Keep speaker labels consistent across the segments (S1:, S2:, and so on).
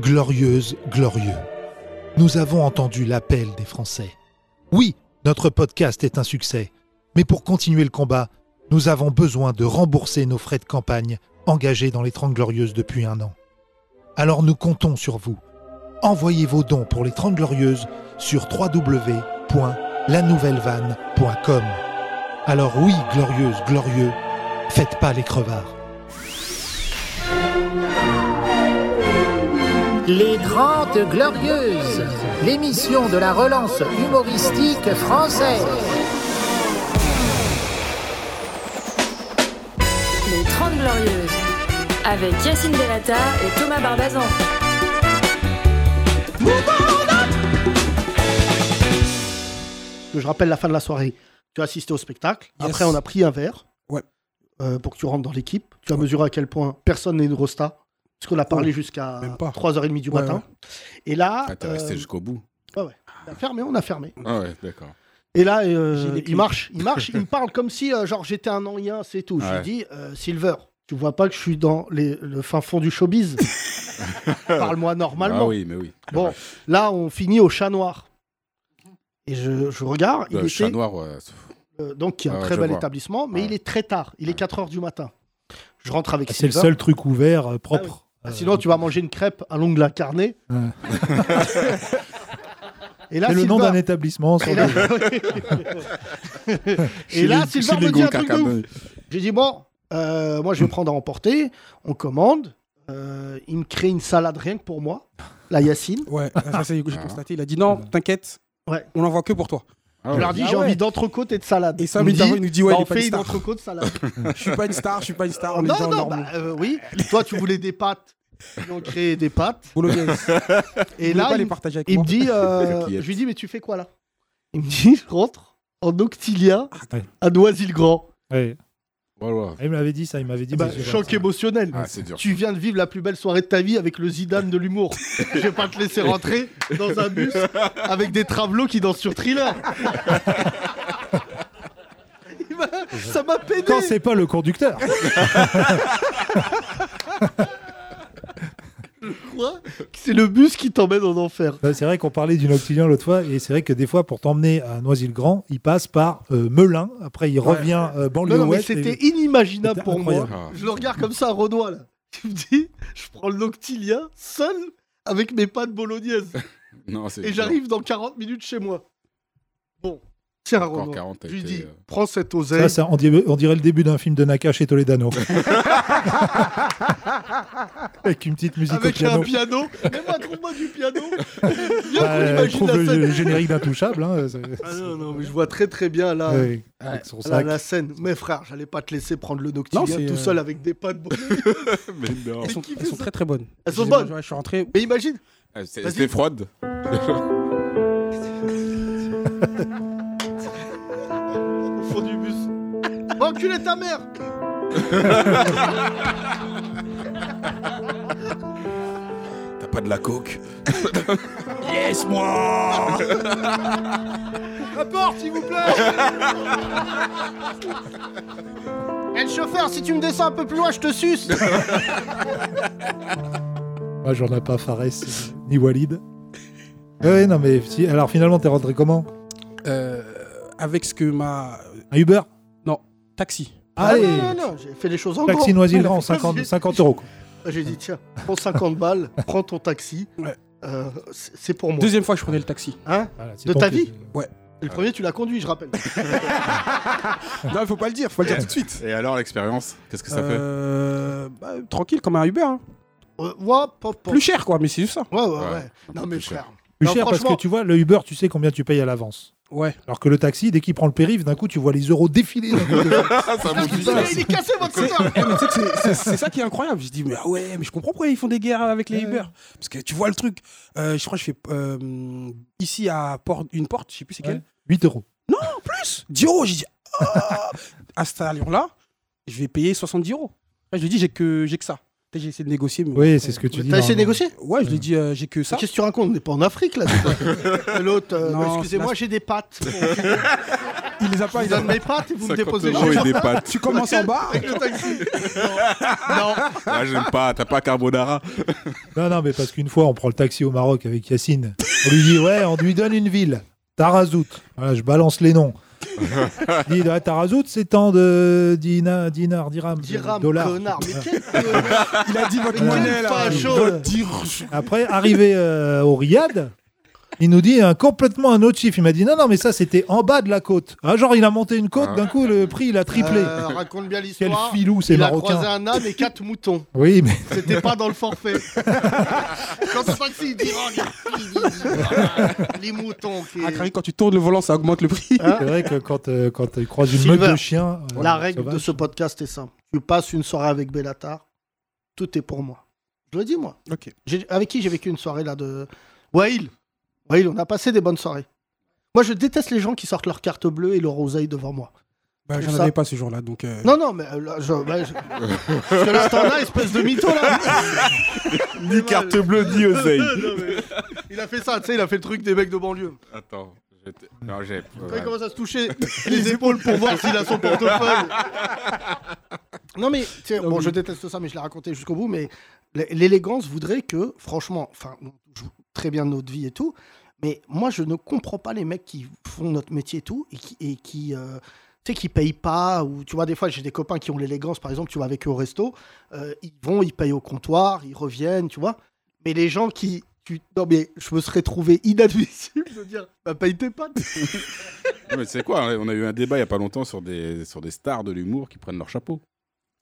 S1: Glorieuse, glorieux. Nous avons entendu l'appel des Français. Oui, notre podcast est un succès. Mais pour continuer le combat, nous avons besoin de rembourser nos frais de campagne engagés dans les 30 Glorieuses depuis un an. Alors nous comptons sur vous. Envoyez vos dons pour les 30 Glorieuses sur www.lanouvellevanne.com. Alors oui, glorieuse, glorieux, faites pas les crevards.
S2: Les 30 Glorieuses, l'émission de la relance humoristique française.
S3: Les 30 Glorieuses, avec Yacine Delata et Thomas Barbazan.
S4: que je rappelle la fin de la soirée. Tu as assisté au spectacle.
S5: Yes.
S4: Après, on a pris un verre
S5: Ouais.
S4: euh, pour que tu rentres dans l'équipe. Tu as mesuré à quel point personne n'est une rosta. Parce qu'on a parlé jusqu'à
S5: Même pas.
S4: 3h30 du
S5: Ouais,
S4: matin. Et là,
S6: Ah, t'es
S4: euh,
S6: resté jusqu'au bout.
S4: on a fermé, on a fermé.
S6: Ah ouais, d'accord.
S4: Et là, euh,
S5: J'ai des
S4: il
S5: clics.
S4: marche, il marche, il me parle comme si euh, genre j'étais un rien, c'est tout. Je lui
S6: Ouais.
S4: dis, euh, Silver, tu vois pas que je suis dans les- le fin fond du showbiz Parle-moi normalement.
S6: Ah oui, mais oui.
S4: Bon, là, on finit au chat noir. Et je, je regarde, il
S6: Le
S4: était-
S6: chat noir, ouais.
S4: euh, donc qui est un
S6: Ah ouais,
S4: très
S6: je
S4: bel
S6: vois.
S4: établissement, mais
S6: Ouais.
S4: il est très tard. Il est
S6: Ouais.
S4: 4 h du matin. Je rentre avec
S5: Ah, C'est le
S4: Silver.
S5: seul truc ouvert euh, propre.
S4: Ah, Sinon, tu vas manger une crêpe à l'ongle incarné.
S5: Ouais.
S4: Et là,
S5: C'est le nom d'un
S4: Silver-
S5: établissement. sur
S4: Et là,
S5: le-
S4: Et là, Silver me dit un truc de ouf.
S6: cacabeux.
S4: J'ai dit, bon, euh, moi, je vais prendre à emporter. On commande. Euh, il me crée une salade rien que pour moi. La Yacine.
S5: Ouais.
S7: Ça, ça y est, j'ai
S6: Ah.
S7: constaté. Il a dit non, t'inquiète.
S4: Ouais.
S7: On l'envoie que pour toi.
S6: Ah
S4: Je
S6: ouais.
S4: leur dis,
S7: Ah
S4: j'ai
S7: ouais.
S4: envie d'entrecôte et de salade.
S7: Et
S4: On
S7: ça,
S4: me
S7: minutes
S4: dit,
S7: après, il nous dit ouais,
S4: bah,
S7: il
S4: on
S7: est pas
S4: fait
S7: une
S4: une
S7: star.
S4: entrecôte salade.
S7: Je suis pas une star, je suis pas une star. On est
S4: non,
S7: déjà
S4: non,
S7: énorme.
S4: bah, euh, oui. Toi, tu voulais des pâtes. Ils ont créé des pâtes.
S7: Bolognaise.
S4: Et
S7: Vous voulez
S4: là,
S7: pas
S4: il
S7: les
S4: me
S7: partager avec
S4: Il me
S7: moi.
S4: dit, euh,
S6: Coquillette.
S4: je lui dis, mais tu fais quoi là Il me dit, je rentre en Octilia
S5: Ah, ouais.
S4: à Noisy-le-Grand.
S5: Ouais. Ah,
S6: Ouais, ouais.
S5: Il me l'avait dit ça. Il m'avait dit.
S4: Bah,
S5: mais j'ai
S4: choc
S5: pas-
S4: émotionnel.
S6: Ah, c'est dur.
S4: Tu viens de vivre la plus belle soirée de ta vie avec le Zidane de l'humour. Je vais pas te laisser rentrer dans un bus avec des travelots qui dansent sur thriller. Il m'a- Ça m'a pédé.
S5: Quand c'est pas le conducteur.
S4: quoi C'est le bus qui t'emmène en enfer.
S5: Bah, c'est vrai qu'on parlait du Noctilien l'autre fois, et c'est vrai que des fois, pour t'emmener à Noisy-le-Grand, il passe par euh, Melun, après il revient euh, banlieue
S4: Non, non, mais
S5: ouest.
S4: c'était
S5: et-
S4: inimaginable
S5: C'était
S4: pour moi.
S5: incroyable.
S6: Ah.
S4: Je le regarde comme ça à Renoir, là. Tu me dis, je prends l'Octilia seul avec mes pâtes bolognaises.
S6: Non, c'est
S4: Et
S6: dur.
S4: j'arrive dans 40 minutes chez moi. Bon, tiens,
S6: Encore
S4: Renoir.
S6: 40, t'as
S4: Je lui
S6: été,
S4: dis,
S6: euh,
S4: prends cette
S5: Ça,
S4: oseille.
S5: ça, on, dirait, on dirait le début d'un film de Nakache et Toledano. Avec une petite musique
S4: avec
S5: au piano.
S4: un piano. Mais moi, trouve-moi du piano. Viens
S5: Bah,
S4: qu'on
S5: euh,
S4: imagine
S5: trouve
S4: la scène.
S5: le générique d'intouchable. Hein, c'est-
S4: Ah non, non, mais je vois très très bien là.
S5: ouais,
S4: Ouais,
S5: avec son
S4: là,
S5: sac.
S4: la scène. Mais frère, j'allais pas te laisser prendre le
S7: Non,
S4: Noctilia
S7: c'est,
S4: tout
S7: euh,
S4: seul avec des pâtes bolognaises.
S6: Mais non.
S7: Elles sont,
S4: qui
S7: elles
S4: fait
S7: sont
S4: ça
S7: très très bonnes.
S4: Elles sont
S7: J'ai-
S4: bonnes.
S7: ouais, Je suis rentré.
S4: Mais imagine,
S6: Ah, c'est-
S4: Vas-y.
S6: C'était Freud.
S4: au fond du bus. Va enculer ta mère
S6: T'as pas de la coke
S4: Rapport, s'il vous plaît Eh le chauffeur, si tu me descends un peu plus loin, je te suce
S5: Moi, j'en ai pas Fares ni Walid. Ouais, non, mais si- alors finalement, t'es rentré comment
S7: Euh, avec ce que ma euh,
S5: Un Uber
S7: taxi.
S5: Allez
S4: Ah non, non, non, Ah, j'ai fait les choses en
S5: Taxi
S4: grand.
S5: Noisy-le-Grand, 50, 50 euros. quoi.
S4: J'ai dit, tiens, prends 50 balles, prends ton taxi.
S7: Ouais.
S4: Euh, c'est c'est pour moi.
S7: Deuxième fois, je prenais le taxi.
S4: Hein
S5: Voilà, c'est
S4: De
S5: ton
S4: ta
S5: petit-
S4: vie le premier, tu l'as conduit, je rappelle.
S7: Non, il faut pas le dire, faut le dire tout de suite.
S6: Et alors, l'expérience Qu'est-ce que ça fait
S7: Euh, bah, tranquille, comme un Uber. hein.
S4: Euh, ouais, pop, pop.
S7: Plus Ah, cher, quoi, mais c'est juste ça.
S4: Ouais, ouais, ouais.
S6: Ouais,
S4: Non,
S6: peu
S4: mais
S6: plus cher.
S4: frère.
S5: Plus
S4: Non,
S5: cher parce
S4: franchement.
S5: que tu vois, le Uber, tu sais combien tu payes à l'avance.
S7: Ouais.
S5: Alors que le taxi, dès qu'il prend le périph', d'un coup, tu vois les euros défiler. d'un coup.
S6: Ah, ça
S4: Ah,
S6: monte
S4: putain,
S6: vite.
S4: il est cassé, votre scooter
S7: Eh, mais tu sais que c'est- c'est- c'est ça qui est incroyable. Je dis, mais ah ouais, mais je comprends pourquoi ils font des guerres avec les Uber. Parce que tu vois le truc. Euh, je crois que je fais euh, ici à Port- une porte, je sais plus c'est
S5: Ouais.
S7: quelle.
S5: 8 euros.
S7: Plus 10 euros. J'ai dit, ah, à cet allure-là, je vais payer 70 euros. Après, je lui ai dit, j'ai que, j'ai que ça. Après, J'ai essayé de négocier. Mais...
S5: Oui, c'est ce que tu dis.
S4: T'as essayé de
S5: normalement.
S4: négocier
S7: Ouais, je lui ai dit, euh, j'ai que ça.
S4: Qu'est-ce que tu racontes On n'est pas en Afrique, là. c'est pas- Et L'autre, euh,
S7: Non,
S4: excusez-moi,
S7: c'est la-
S4: j'ai des pattes.
S7: il les a pas.
S4: Vous
S7: Il a...
S4: donne mes pattes et vous me
S6: 50
S4: déposez
S6: euros
S4: chez
S6: et Ah des pâtes.
S7: Tu commences en bas.
S4: le taxi. Non,
S6: Ah, j'aime pas, t'as pas carbonara.
S5: Non, non, mais parce qu'une fois, on prend le taxi au Maroc avec Yacine. On lui dit, ouais, on lui donne une ville. Tarazout. Voilà, je balance les noms. Il dit, ouais, Tarazout, c'est tant de dina- dinar, dirham,
S4: Diram,
S5: dollars.
S4: connard. Mais Euh, quel connard
S7: Il a dit votre
S4: Mais
S7: monnaie
S4: quel
S7: là.
S4: facho.
S7: Votre dire-
S5: Après, arrivé euh, au Riyad, il nous dit un, complètement un autre chiffre. Il m'a dit, non, non, mais ça, c'était en bas de la côte. Ah, genre, il a monté une côte, d'un coup, le prix, il a triplé.
S4: Euh, Raconte bien
S5: Quel
S4: l'histoire.
S5: filou, ces
S4: Il a
S5: Marocains.
S4: croisé un âne et quatre moutons.
S5: Oui, mais
S4: C'était pas dans le forfait. Quand ce taxi il dit oh, les, filles, il dit, ah, les moutons. qui-
S7: Ah, Karine, quand tu tournes le volant, ça augmente le prix.
S5: c'est vrai que quand, euh, quand il croise une
S4: Hein Silver,
S5: meute de chiens. euh,
S4: La règle
S5: sauvages,
S4: de ce podcast est simple. Tu passes une soirée avec Bellatar, tout est pour moi. Je le dis moi.
S7: Ok.
S4: J'ai- Avec qui j'ai vécu une soirée là de Wail. Wail, on a passé des bonnes soirées. Moi, je déteste les gens qui sortent leur carte bleue et leur oseille devant moi.
S7: Bah, j'en
S4: Ça.
S7: avais pas ce jour-là, donc. euh,
S4: Non, non, mais euh, là, je, bah, je- Parce que là, t'en as, espèce de mytho là.
S6: Ni carte bleue, ni oseille.
S4: Non, mais Il a fait ça, tu sais, il a fait le truc des mecs de banlieue.
S6: Attends. je t'ai- Non, j'ai.
S4: Quand il commence à se toucher les épaules pour voir s'il a son portefeuille. Non mais, tu sais, bon, je déteste ça, mais je l'ai raconté jusqu'au bout, mais l- l'élégance voudrait que, franchement, enfin, on joue très bien notre vie et tout, mais moi, je ne comprends pas les mecs qui font notre métier et tout, et qui... Et qui euh, tu sais, qui payent pas, ou tu vois, des fois, j'ai des copains qui ont l'élégance, par exemple, tu vas avec eux au resto, euh, ils vont, ils payent au comptoir, ils reviennent, tu vois. Mais les gens qui. Tu... Non, mais je me serais trouvé inadmissible de dire, bah, paye tes pattes.
S6: Non, mais tu sais quoi, hein? on a eu un débat il y a pas longtemps sur des, sur des stars de l'humour qui prennent leur chapeau.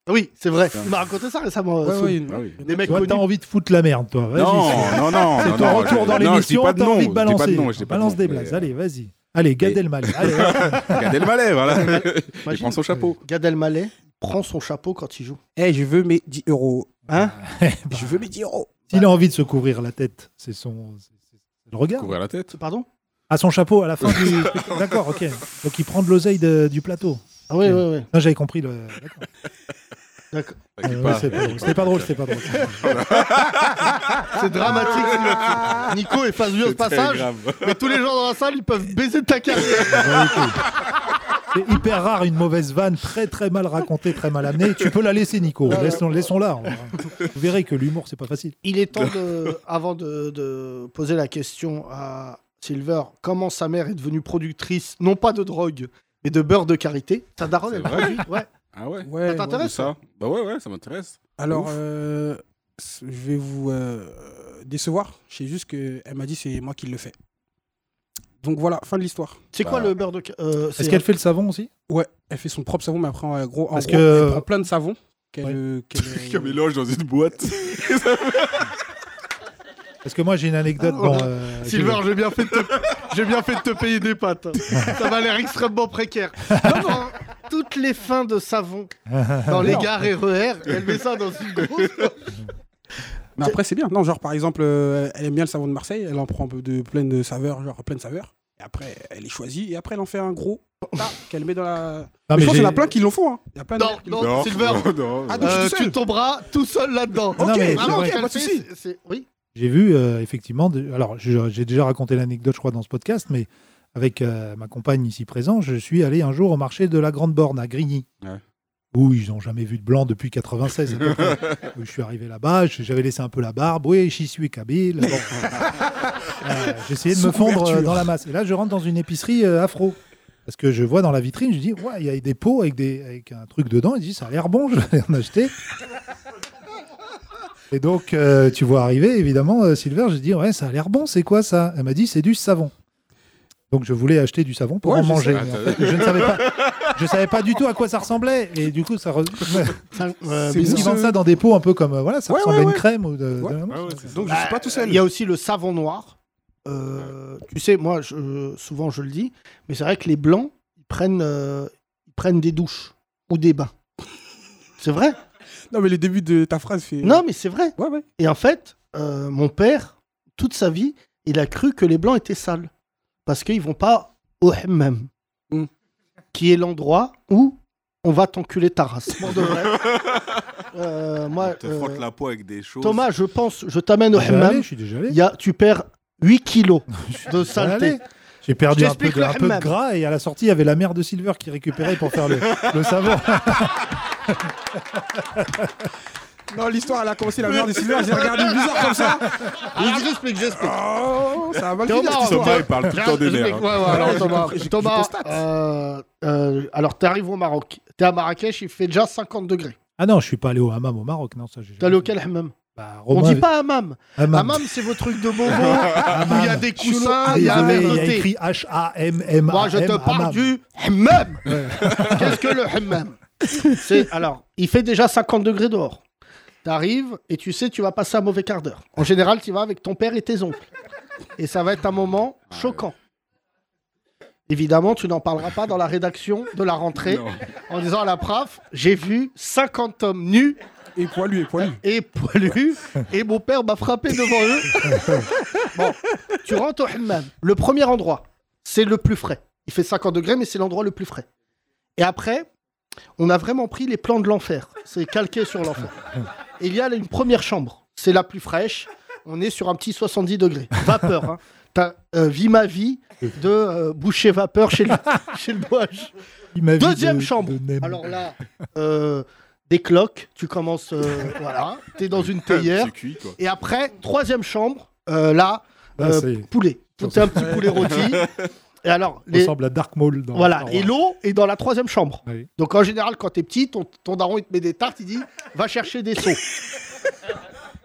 S4: Oui, c'est vrai.
S6: Putain.
S4: Il m'a raconté ça récemment.
S7: ouais,
S4: euh,
S7: ouais,
S4: Soul.
S7: une-
S6: Ah oui.
S4: Des mecs
S5: Toi, t'as
S4: connus.
S5: envie de foutre la merde, toi. Vas-y.
S6: Non, non, non.
S5: C'est
S6: non,
S5: ton
S6: non,
S5: retour dans
S6: je- non, je dis
S5: l'émission,
S6: pas de
S5: t'as
S6: nom,
S5: envie de balancer.
S6: Je dis pas de nom, je dis pas de
S5: Balance
S6: nom,
S5: des
S6: mais,
S5: blagues,
S6: euh,
S5: allez, vas-y. Allez, Gad
S6: Mais-
S5: Elmaleh, allez.
S6: Gad Elmaleh, voilà. Il
S4: Imagine, euh,
S6: prend son chapeau.
S4: Gad Elmaleh prend son chapeau quand il joue.
S7: Eh, je veux mes 10 euros.
S4: Hein
S7: Je veux mes 10 euros.
S5: S'il a envie de se couvrir la tête, c'est son c'est- c'est le regard.
S6: Couvrir la tête.
S4: Pardon
S5: À son chapeau, à la fin du. D'accord, ok. Donc il prend de l'oseille de- du plateau.
S4: Ah oui, oui, oui.
S5: Non, j'avais compris. Le... d'accord.
S4: D'accord.
S6: T'inquiète
S5: Euh,
S6: pas.
S5: ouais, c'est pas drôle, C'était pas drôle, c'était pas drôle.
S4: C'est dramatique. Sylvain. Nico est face au
S6: C'est très
S4: passage,
S6: grave.
S4: mais tous les gens dans la salle, ils peuvent baiser ta carrière.
S5: C'est hyper rare une mauvaise vanne, très très mal racontée, très mal amenée. Tu peux la laisser, Nico. Laissons- Laissons-la. Vous verrez que l'humour, c'est pas facile.
S4: Il est temps, de, avant de, de poser la question à Silver, comment sa mère est devenue productrice, non pas de drogue, mais de beurre de karité. Ta daronne,
S6: C'est
S4: elle
S6: vrai
S4: produit. Ouais.
S6: Ah ouais
S7: Ouais.
S4: Ça t'intéresse
S6: Où ça Bah ouais, ouais, ça m'intéresse.
S7: Alors,
S6: Ouf.
S7: euh, je vais vous euh, décevoir. Je sais juste qu'elle m'a dit c'est moi qui le fais. Donc voilà, fin de l'histoire.
S4: C'est quoi
S6: Bah.
S4: le beurre de euh, karité
S5: Est-ce qu'elle fait le savon aussi
S7: Ouais, elle fait son propre savon, mais après, en gros, en
S5: Parce
S7: gros,
S5: que-
S7: elle prend plein de savons. Qu'elle,
S5: Ouais.
S7: euh, qu'elle,
S6: Qu'un
S7: euh,
S6: mélange dans une boîte.
S5: Parce que moi, j'ai une anecdote.
S4: Ah,
S5: bon,
S4: ouais.
S5: euh,
S4: Silver, j'ai bien fait de te, j'ai bien fait de te payer des pattes. Ça m'a l'air extrêmement précaire. Comme en toutes les fins de savon dans les gares et RER, elle met ça dans une grosse.
S7: Mais après, c'est bien. Non, genre, par exemple, euh, elle aime bien le savon de Marseille. Elle en prend un peu de plein de saveurs, genre plein de saveurs. Et après, elle est choisie. Et après, elle en fait un gros tas qu'elle met dans la.
S5: Non,
S7: Ah, mais je
S5: mais
S7: pense qu'il y en a
S5: j'ai-
S7: plein qui l'en font. hein. Il y a plein de.
S4: Non, non,
S6: Non,
S4: Silver,
S6: non, non.
S7: Ah, donc-
S4: euh,
S7: Je suis tout
S4: tu
S7: seul.
S4: tomberas tout seul là-dedans.
S5: Non, mais
S4: vraiment,
S5: c'est vrai.
S4: qu'elle
S7: Pas de
S4: fait,
S7: souci.
S4: c'est- c'est- Oui.
S5: J'ai vu, euh, effectivement, de- alors je- j'ai déjà raconté l'anecdote, je crois, dans ce podcast, mais avec euh, ma compagne ici présente, je suis allé un jour au marché de la Grande Borne à Grigny.
S6: Ouais.
S5: Où ils n'ont jamais vu de blanc depuis 96. à peu près. Où je suis arrivé là-bas, je- j'avais laissé un peu la barbe. Oui, j'y suis kabyle. Bon. Euh, J'essayais de
S7: Sous
S5: me fondre euh,
S7: couverture.
S5: dans la masse. Et là, je rentre dans une épicerie euh, afro. Parce que je vois dans la vitrine, je dis, ouais, il y a des pots avec, des, avec un truc dedans. Il dit, ça a l'air bon, je vais en acheter. Et donc, euh, tu vois arriver, évidemment, euh, Silver, j'ai dit, ouais, ça a l'air bon, c'est quoi ça Elle m'a dit, c'est du savon. Donc, je voulais acheter du savon pour
S7: Ouais,
S5: en
S7: je
S5: manger.
S6: sais.
S5: Mais en fait, je ne savais pas. Je savais pas du tout à quoi ça ressemblait. Et du coup, ça. re-
S4: Euh,
S7: C'est
S5: Ils
S7: bon,
S5: vendent
S7: ce-
S5: ça dans des pots un peu comme. euh, voilà, ça
S7: Ouais,
S5: ressemble
S7: ouais,
S5: à une
S7: ouais.
S5: crème. Ou de-
S7: Ouais.
S5: de-
S6: Ah ouais, c'est ça.
S7: Donc, je suis pas tout seul.
S4: Il y a aussi le savon noir. Euh, tu sais, moi, je- souvent je le dis, mais c'est vrai que les blancs ils prennent, euh, ils prennent des douches ou des bains. C'est vrai
S7: Non, mais le début de ta phrase fait.
S4: Non, mais c'est vrai.
S7: Ouais, ouais.
S4: Et en fait, euh, mon père, toute sa vie, il a cru que les blancs étaient sales. Parce qu'ils vont pas au hammam,
S7: Mm.
S4: qui est l'endroit où on va t'enculer ta race. Pour de vrai. Euh, moi,
S6: On te
S4: euh,
S6: frotte la peau avec des choses.
S4: Thomas, je pense, je t'amène au
S5: Bah, Je suis déjà allé,
S4: hammam.
S5: je suis déjà allé.
S4: il y a- tu perds 8 kilos de
S5: Allez,
S4: saleté.
S5: J'ai perdu
S4: Je
S5: un peu, de,
S4: t'explique
S5: un
S4: le
S5: peu de
S4: hammam.
S5: gras et à la sortie, il y avait la mère de Silver qui récupérait pour faire le, le savon.
S7: Non, l'histoire, elle a commencé la mère de Silver, j'ai regardé bizarre comme ça.
S4: J'explique, j'explique.
S7: Oh, ça va mal finir cette
S4: Ah, Thomas,
S7: histoire.
S6: Thomas, il parle tout le temps des
S4: J'explique,
S6: mères.
S4: ouais,
S6: hein.
S4: ouais, alors, Thomas,
S7: compris, je
S4: Thomas,
S7: constate.
S4: euh, euh, alors t'arrives au Maroc. T'es à Marrakech, il fait déjà 50 degrés.
S5: ah non, je suis pas allé au hammam au Maroc. Non, ça, j'ai
S4: T'es
S5: jamais
S4: allé
S5: fait.
S4: auquel hammam
S5: Bah,
S4: On
S5: Romain
S4: dit
S5: avait-
S4: pas hammam.
S5: hammam.
S4: Hammam, c'est vos trucs de bobo où il y a des coussins, il y a un
S5: Désolé,
S4: verre
S5: il y
S4: de
S5: a
S4: thé.
S5: écrit H-A-M-M.
S4: Moi, je te parle du hammam. Qu'est-ce que le hammam C'est alors, il fait déjà 50 degrés dehors. T'arrives et tu sais, tu vas passer un mauvais quart d'heure. En général, tu vas avec ton père et tes oncles. Et ça va être un moment choquant. Évidemment, tu n'en parleras pas dans la rédaction de la rentrée
S6: Non.
S4: en disant à la prof, j'ai vu 50 hommes nus
S7: Et poilu, et poilu.
S4: et poilu, et mon père m'a frappé devant eux. bon, tu rentres au hammam. Le premier endroit, c'est le plus frais. Il fait 50 degrés, mais c'est l'endroit le plus frais. Et après, on a vraiment pris les plans de l'enfer. C'est calqué sur l'enfer. Et Il y a une première chambre. C'est la plus fraîche. On est sur un petit 70 degrés. Vapeur. Hein. T'as euh, Vie ma vie de euh, boucher vapeur chez le, chez le Boage. Deuxième chambre. Alors là, euh, des cloques, tu commences, euh, voilà, t'es dans une théière.
S6: C'est cuit, quoi.
S4: Et après, troisième chambre, euh, là,
S5: Là,
S4: euh,
S5: Ah, ça y est.
S4: poulet. T'as un petit poulet rôti. Et alors,
S5: Il
S4: les,
S5: ressemble à Dark Maul. Dans
S4: voilà,
S5: Star
S4: et
S5: Wars.
S4: l'eau est dans la troisième chambre.
S5: Oui.
S4: Donc en général, quand t'es petit, ton, ton daron il te met des tartes, il dit va chercher des seaux.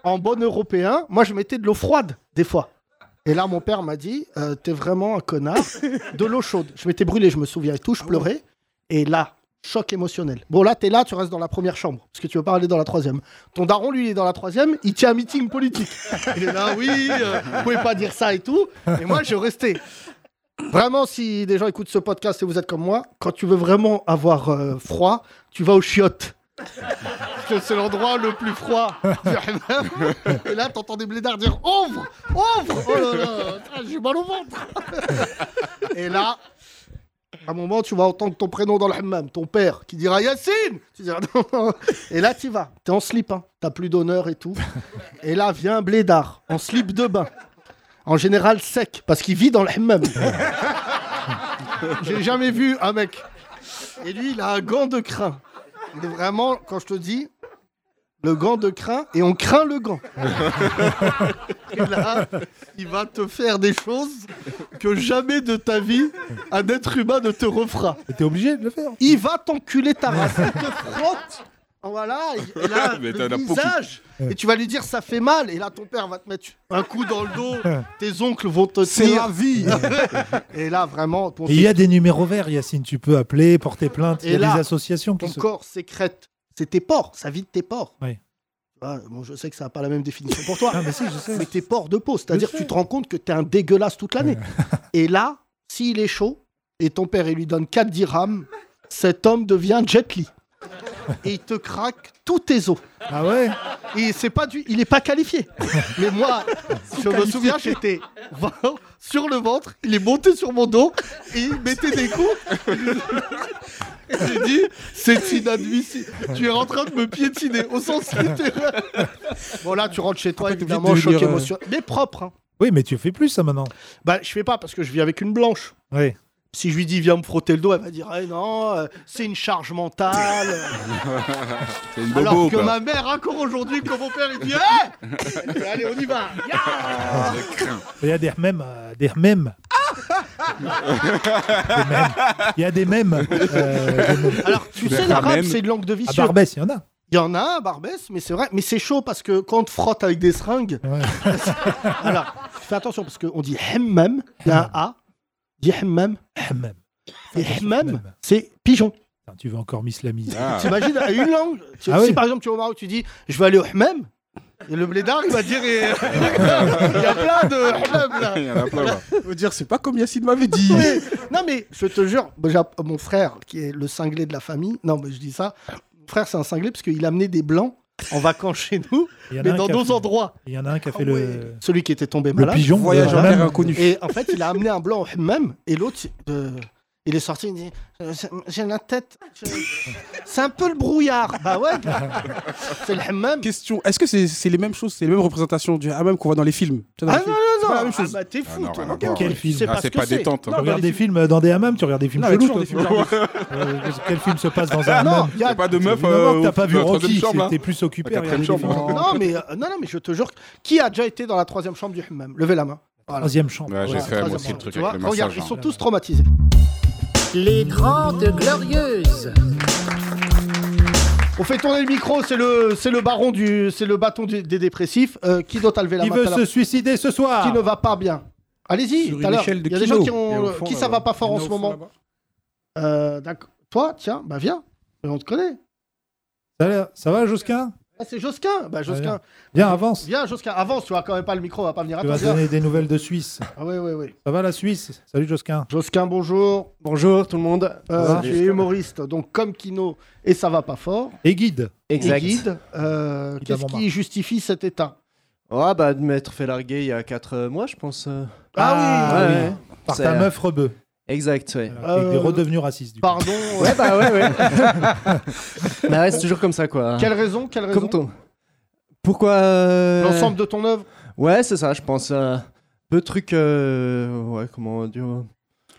S4: en bon européen, moi je mettais de l'eau froide des fois. Et là, mon père m'a dit Euh, t'es vraiment un connard. de l'eau chaude. Je m'étais brûlé, je me souviens et tout,
S5: Ah
S4: je pleurais. Et là, choc émotionnel. Bon là, t'es là, tu restes dans la première chambre parce que tu veux pas aller dans la troisième. Ton daron, lui, il est dans la troisième, il tient un meeting politique. Il est là, oui, euh, vous pouvez pas dire ça et tout. Et moi, je restais. Vraiment, si des gens écoutent ce podcast et vous êtes comme moi, quand tu veux vraiment avoir euh, froid, tu vas aux chiottes. Parce que C'est l'endroit le plus froid. du hammam. Et là, t'entends des blédards dire Ouvre Ouvre Oh là là ah, J'ai mal au ventre Et là, à un moment, tu vas entendre ton prénom dans le hammam, ton père, qui dira Yacine Tu diras non, non. Et là, tu vas. T'es en slip, hein. t'as plus d'honneur et tout. Et là, vient un blédard, en slip de bain. En général, sec, parce qu'il vit dans le hammam. J'ai jamais vu un mec. Et lui, il a un gant de crin. Il est vraiment, quand je te dis, le gant de crin, et on craint le gant. Et là, il va te faire des choses que jamais de ta vie un être humain ne te refera.
S5: Et T'es obligé de le faire.
S4: Il va t'enculer ta race. Il te frotte. Voilà, et là,
S6: Mais
S4: le
S6: t'en as
S4: visage. Et tu vas lui dire ça fait mal. Et là, ton père va te mettre un coup dans le dos. Tes oncles vont te
S7: C'est la
S4: tenir.
S7: vie.
S4: Et là, vraiment, pour
S5: Et il y a des numéros verts, Yacine. Tu peux appeler, porter plainte. Il y
S4: Et
S5: a
S4: là,
S5: des associations
S4: ton
S5: qui se.
S4: corps sécrète, c'est tes pores, ça vide tes pores.
S5: Oui.
S4: Ah, bon, je sais que ça n'a pas la même définition pour toi,
S5: Ah, mais si, je sais.
S4: mais tes pores de peau, c'est-à-dire que
S5: sais.
S4: tu te rends compte que tu es un dégueulasse toute l'année.
S5: Euh.
S4: et là, s'il est chaud, et ton père il lui donne 4 dirhams, cet homme devient Jet Li. Et il te craque tous tes os.
S5: Ah ouais
S4: Et c'est pas du, il est pas qualifié. Mais moi, je me souviens, j'étais vraiment sur le ventre, il est monté sur mon dos et il mettait des coups. Et J'ai dit, c'est inadmissible. Tu es en train de me piétiner au sens littéral. Bon là, tu rentres chez toi,
S7: Après, t'es obligé
S4: évidemment,
S7: de
S4: choc
S7: dire, euh,
S4: émotionnel, mais propre. hein.
S5: Oui, mais tu fais plus ça maintenant.
S4: Bah, je fais pas parce que je vis avec une blanche.
S5: Oui.
S4: Si je lui dis viens me frotter le dos, elle va dire Eh non, euh, c'est une charge mentale.
S6: C'est une
S4: Alors
S6: bobo,
S4: que
S6: quoi.
S4: ma mère, encore aujourd'hui, quand mon père, il dit Hey Allez, on y va
S6: Ah,
S4: Ya
S5: Il y a des mèmes. euh, des mèmes. Des mèmes. Il y a des mèmes. euh, des mèmes.
S4: Alors, tu
S6: Bah,
S4: sais, l'arabe,
S6: même.
S4: c'est une langue de vie
S5: À
S4: sûre.
S5: Barbès, il y en a.
S4: Il y en a un à Barbès, mais c'est vrai. Mais c'est chaud parce que quand on te frotte avec des seringues.
S5: Ouais.
S4: Alors, fais attention parce qu'on dit hammam, il y a un A. Dit hammam.
S5: Hammam.
S4: Et hammam,
S5: hammam.
S4: c'est pigeon.
S5: Putain, Tu veux encore m'islamiser.
S6: Ah.
S4: T'imagines, à une langue. Tu-
S5: Ah
S4: si
S5: oui.
S4: par exemple, tu vas au Maroc, tu dis je vais aller au hammam. Et le blédard, il va dire eh, il y a plein de hammam là.
S6: Il y en a plein, là.
S7: Faut dire, c'est pas comme Yacine m'avait dit.
S4: Mais- non mais je te jure, bah, j'ai- mon frère qui est le cinglé de la famille, non mais je dis ça, mon frère c'est un cinglé parce qu'il amenait des blancs en vacances chez nous,
S5: Il y en a
S4: mais
S5: un
S4: dans
S5: qui a
S4: nos
S5: fait-
S4: endroits.
S5: Il y en a un qui a fait
S4: Ah ouais.
S5: le,
S4: Celui qui était tombé
S5: le
S4: malade.
S5: pigeon. euh,
S7: Voyage
S5: le
S7: en
S5: hammam.
S7: terre inconnue.
S4: Et en fait, il a amené un blanc au hammam et l'autre, euh, il est sorti, il dit Euh, c'est- J'ai la tête. je- C'est un peu le brouillard. Bah ouais, c'est le hammam.
S7: Question, est-ce que c'est c'est les mêmes choses, c'est les mêmes représentations du hammam qu'on voit dans les films Tu vois, dans
S4: Ah
S7: les
S4: non,
S7: films,
S4: non,
S7: c'est pas la même
S4: ah
S7: chose.
S4: bah t'es
S6: Ah
S4: fou,
S6: non,
S4: toi.
S6: rien à
S4: ok,
S6: voir,
S4: ok.
S5: Quel
S6: ouais.
S5: film
S4: C'est
S6: Ah,
S4: pas
S6: c'est
S4: ce
S6: pas
S4: que c'est.
S6: détente. hein.
S5: Tu
S7: Non,
S5: regardes
S7: mais
S5: des films euh, dans des hammams, tu regardes des films
S7: Non, mais
S5: chelous.
S7: toujours des
S5: toi.
S7: films genre-
S5: Euh, Quel film se passe dans un
S4: Ah Non,
S5: hammam
S4: il y a-
S6: Y'a pas de meuf.
S5: Évidemment
S6: euh,
S5: que
S6: au-
S5: t'as pas vu
S6: dans la troisième
S5: Rocky,
S6: chambre, là
S4: hein.
S5: t'es plus occupé
S6: La
S5: à regarder
S6: quatrième
S5: des
S6: chambre,
S5: films.
S4: Non, mais, euh, non, non, mais je te jure, qui a déjà été dans la troisième chambre du hammam Levez la main. Voilà.
S5: Troisième chambre.
S6: Ouais, j'ai
S4: Voilà,
S6: fait moi
S4: troisième
S6: aussi le
S4: chambre,
S6: truc
S4: tu vois.
S6: avec le
S4: Regarde,
S6: massage.
S4: ils sont
S6: hein.
S4: tous traumatisés.
S2: Les Grandes Glorieuses.
S4: On fait tourner le micro, c'est le, c'est le baron du, c'est le bâton du- des dépressifs. Euh, qui doit lever la
S5: Qui
S4: main
S5: veut
S4: t'as la-
S5: se suicider ce soir
S4: Qui ne va pas bien Allez-y,
S7: Sur
S4: tout à
S7: une
S4: l'heure.
S7: échelle de
S4: Il y a des
S7: kilos.
S4: gens qui ont,
S7: Et au fond,
S4: qui ça
S7: là-bas.
S4: va pas fort
S7: Il y
S4: en
S7: a
S4: ce
S7: au fond,
S4: moment.
S7: là-bas.
S4: Euh, d'accord. Toi, tiens, bah viens, Mais on te connaît.
S5: Ça va- Ça va, Josquin
S4: Ah, c'est Josquin, bah Josquin,
S5: Viens, avance.
S4: viens Josquin, avance, tu vas quand même pas le micro, on va pas venir à
S5: Tu
S4: toi.
S5: vas
S4: viens.
S5: donner des nouvelles de Suisse.
S4: Ah oui, oui, oui.
S5: Ça va la Suisse Salut Josquin.
S4: Josquin, bonjour.
S8: Bonjour tout le monde.
S4: Euh,
S5: va
S4: tu es humoriste, donc comme Kino, et ça va pas fort.
S5: Et guide.
S8: Exact.
S4: Et guide, euh,
S5: Guide à
S4: qu'est-ce qui
S5: Montmartre.
S4: justifie cet état
S8: Ouais, bah de m'être fait larguer il y a 4 mois, je pense. euh.
S4: Ah,
S8: Ah
S4: oui,
S8: ouais.
S5: Par
S8: C'est-
S5: ta meuf rebeu.
S8: Exact, ouais.
S5: Et des
S4: Euh,
S5: redevenus racistes. Du coup.
S4: Pardon. euh,
S8: Ouais, bah ouais, ouais. bah ouais, c'est toujours comme ça, quoi.
S4: Quelle raison Quelle raison
S8: Comme ton. Pourquoi. euh,
S4: L'ensemble de ton œuvre
S8: Ouais, c'est ça, je pense. euh, Peu de trucs. euh, Ouais, comment dire. euh,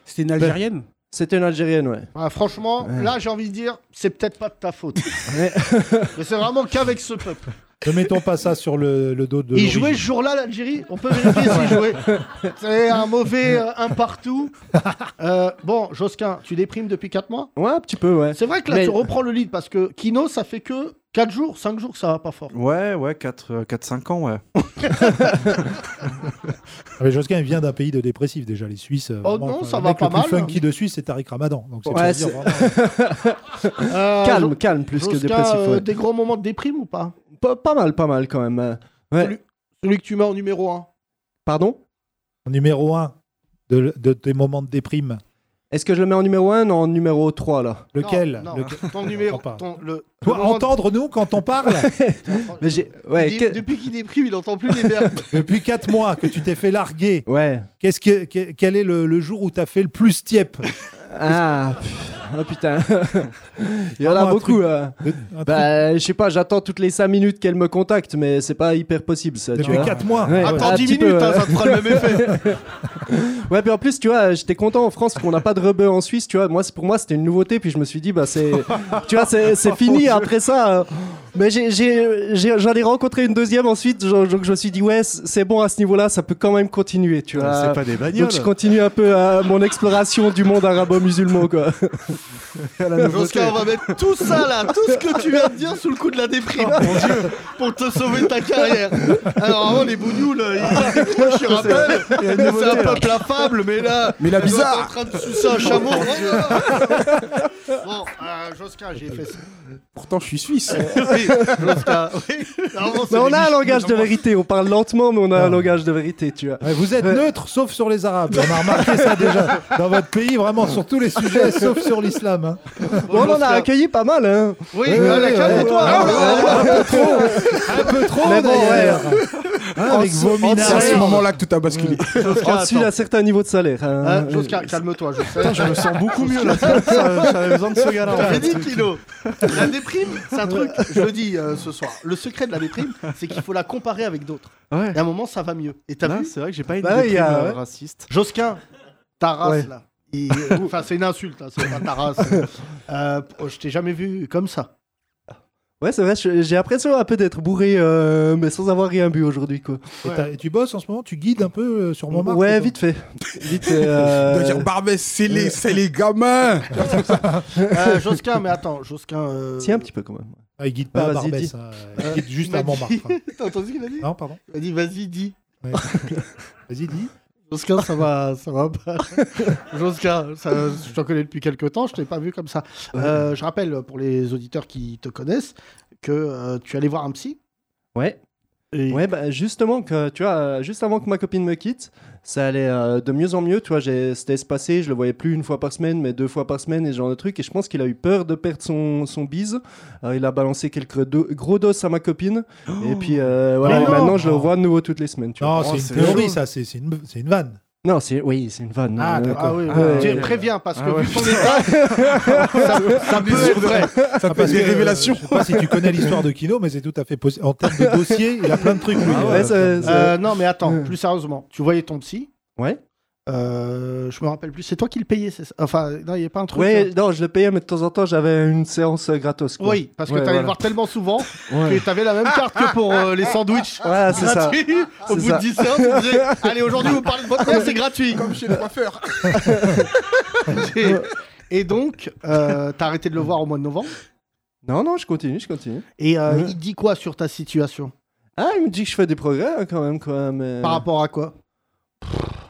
S7: C'était une Algérienne
S8: C'était une Algérienne, ouais.
S4: Ah, Franchement,
S8: Ouais.
S4: là j'ai envie de dire, c'est peut-être pas de ta faute.
S8: Ouais.
S4: Mais c'est vraiment qu'avec ce peuple.
S5: Ne mettons pas ça sur le, le dos de.
S4: Il
S5: l'origine.
S4: jouait ce jour-là l'Algérie On peut vérifier s'il jouait. C'est un mauvais euh, un partout. Euh, bon, Josquin, tu déprimes depuis 4 mois
S8: Ouais, un petit peu, ouais.
S4: C'est vrai que là
S8: Mais-
S4: tu reprends le lead parce que Kino, ça fait que 4 jours, 5 jours que ça va pas fort.
S9: Ouais, ouais, 4-5 euh, ans, ouais.
S5: Ah, Mais Josquin il vient d'un pays de dépressifs déjà. Les Suisses. euh,
S4: Oh
S5: vraiment,
S4: non,
S5: quoi.
S4: ça
S5: le
S4: va
S5: mec
S4: pas
S5: le plus
S4: mal.
S5: funky de Suisse, c'est Tariq Ramadan. Donc c'est
S8: Ouais,
S5: pour dire,
S8: c'est-
S5: vraiment.
S4: Euh,
S8: calme,
S4: Jo-
S8: calme, plus que
S4: Josquin,
S8: dépressif.
S4: euh,
S8: ouais.
S4: des gros moments de déprime ou pas
S8: Pas, pas mal, pas mal quand même. euh. Ouais.
S4: Salut. Celui que tu mets en numéro 1.
S8: Pardon
S5: Numéro 1 de, de tes moments de déprime.
S8: Est-ce que je le mets en numéro 1 ou en numéro 3 là
S5: Lequel,
S4: non,
S5: Lequel-
S4: Ton numéro.
S5: pas.
S4: ton- le,
S5: Toi,
S4: le moment-
S5: entendre nous quand on parle
S8: Mais j'ai. Ouais,
S4: il-
S8: que-
S4: Depuis qu'il déprime, il entend plus les verbes.
S5: depuis 4 mois que tu t'es fait larguer.
S8: Ouais.
S5: Qu'est-ce que, que- quel est le, le jour où t'as fait le plus tiep
S8: Ah, pff, oh putain. Il y en
S5: Vraiment
S8: a
S5: un
S8: beaucoup. euh.
S5: Un truc
S8: Bah, je sais pas, j'attends toutes les 5 minutes qu'elle me contacte, mais c'est pas hyper possible ça, tu
S5: Depuis
S8: vois.
S5: 4 mois.
S8: Ouais,
S4: Attends
S8: un
S4: 10
S8: petit
S4: minutes,
S8: peu,
S4: hein,
S8: ouais.
S4: ça te fera le même effet.
S8: Ouais, puis en plus, tu vois, j'étais content en France parce qu'on n'a pas de rebeu en Suisse, tu vois. Moi, c'est- pour moi, c'était une nouveauté, puis je me suis dit, bah, c'est. tu vois, c'est c'est fini après ça. euh. Mais j'ai- j'ai- j'ai- j'en ai, rencontré une deuxième ensuite, genre- donc je me suis dit, ouais, c'est c'est bon à ce niveau-là, ça peut quand même continuer, tu vois.
S9: C'est pas des bagnoles.
S8: donc je continue un peu euh, mon exploration du monde arabo-musulman, quoi.
S4: Josquin, on va mettre tout ça là, tout ce que tu viens de dire sous le coup de la déprime.
S8: Oh,
S4: Pour te sauver de ta carrière. Alors vraiment, les bougnoules, euh, ils ils décrochent, je te rappelle. C'est un peuple affable, mais là.
S7: Mais la
S4: ils sont En
S7: bizarre
S4: train de sucer un chameau. Oh, non, non. Bon, euh, Josquin, j'ai fait ça.
S7: Pourtant, je suis suisse.
S4: Oui, Josquin, oui. Normalement, c'est
S8: Mais on
S4: les
S8: a un
S4: miches.
S8: langage de vérité, on parle lentement, mais on a un langage de vérité, tu vois.
S5: Ouais, Vous êtes neutre, sauf sur les Arabes. On a remarqué ça déjà dans votre pays, vraiment sur tous les sujets, sauf sur l'islam. hein.
S8: Bon, on en a accueilli pas mal, hein.
S4: Oui, euh, la
S5: Eh, ouais,
S4: calme-toi.
S8: ouais,
S4: Oh là là là.
S5: Un peu trop,
S8: Mais bon,
S5: d'ailleurs. Hein, avec
S8: En- en-
S5: vos minarets.
S7: C'est à ce moment-là que tout a basculé.
S4: Josquin,
S8: En-dessus d'un certain niveau de salaire. hein.
S5: Ah,
S4: attends. Hein, Josquin, calme-toi, Josquin.
S9: Je me sens beaucoup mieux là. J'avais besoin de ce gars-là. en fait.
S4: J'ai dit kilo. La déprime, c'est un truc, je le dis euh, ce soir. Le secret de la déprime, c'est qu'il faut la comparer avec d'autres.
S9: Ouais.
S4: Et à un moment, ça va mieux. Et t'as
S9: Là,
S4: vu
S9: c'est vrai que j'ai pas une
S8: Bah ouais, y
S9: déprime
S8: a-
S9: euh,
S8: ouais.
S9: raciste.
S4: Josquin, ta race
S8: Ouais.
S4: là. Il- euh, Enfin, c'est une insulte, hein, c'est pas ta race. Euh, oh, je t'ai jamais vu comme ça.
S8: Ouais, c'est vrai, je- j'ai l'impression un peu d'être bourré, euh, mais sans avoir rien bu aujourd'hui, quoi.
S5: Et t'as- et tu bosses en ce moment, tu guides un peu euh, sur Montmartre
S8: ouais,
S5: ou pas
S8: vite fait. Vite fait. euh,
S7: De dire Barbès, c'est les, c'est les gamins
S4: Euh, Josquin, mais attends, Josquin. euh,
S8: Si, un petit peu quand même.
S5: Ah, il guide pas
S8: Ouais,
S5: à
S8: vas-y,
S5: Barbès,
S8: dis.
S5: hein, il guide juste
S4: il m'a
S5: à Montmartre.
S4: dit-
S5: hein.
S4: T'as entendu ce qu'il a dit
S5: Non, pardon.
S4: Il a dit, vas-y, dis.
S5: Ouais. Vas-y, dis.
S4: Josquin, ça va, ça va pas. Josquin, ça- je t'en connais depuis quelques temps, je t'ai pas vu comme ça. Euh, je rappelle pour les auditeurs qui te connaissent que euh, tu allais voir un psy.
S8: Ouais.
S4: Et
S8: Ouais, bah, justement, que, tu vois, euh, juste avant que ma copine me quitte, ça allait euh, de mieux en mieux, tu vois, j'ai- c'était espacé, je le voyais plus une fois par semaine, mais deux fois par semaine et ce genre de truc, et je pense qu'il a eu peur de perdre son, son bise, Alors, il a balancé quelques do- gros dos à ma copine,
S4: Oh.
S8: et puis euh, voilà,
S5: Mais
S8: et
S5: non.
S8: maintenant je le
S5: Non.
S8: revois de nouveau toutes les semaines, tu vois.
S5: Non,
S9: Oh,
S5: c'est
S9: c'est
S5: une théorie,
S9: chaud.
S5: ça. C'est c'est une, c'est une vanne. Ah,
S8: Non, c'est oui, c'est une vanne.
S4: Ah,
S8: Euh,
S4: d'accord. Ah, oui,
S8: Ah, ouais.
S4: oui. Tu- Préviens, parce que vu ton état, ça, ça peut être vrai.
S5: Ça
S6: fait des révélations.
S5: euh, Je sais pas si tu connais l'histoire de Kino, mais c'est tout à fait possible. En termes de dossier, il a plein de trucs. lui.
S8: Ouais, c'est- c'est-
S4: Euh, non, mais attends,
S8: Euh.
S4: plus sérieusement, tu voyais ton psy.
S8: Ouais.
S4: Euh, je me rappelle plus, c'est toi qui le payais, c'est ça Enfin, non, il n'y a pas un truc.
S8: Ouais,
S4: euh,
S8: non, je le payais, mais de temps en temps, j'avais une séance euh, gratos. Quoi.
S4: Oui, parce que
S8: Ouais,
S4: t'allais le
S8: voilà.
S4: voir tellement souvent
S8: Ouais,
S4: que t'avais la même carte que pour euh, les sandwichs.
S8: Voilà, c'est ça.
S4: gratuits. Au
S8: C'est
S4: bout
S8: ça.
S4: de 10 heures, tu disais Allez, aujourd'hui, vous parlez de votre mère, c'est gratuit.
S10: Comme chez le coiffeur.
S4: Et, et donc, euh, t'as arrêté de le voir au mois de novembre.
S8: Non, non, je continue, je continue.
S4: Et euh,
S8: Mhm.
S4: il dit quoi sur ta situation
S8: Ah, il me dit que je fais des progrès hein, quand même, quoi. Mais...
S4: Par rapport à quoi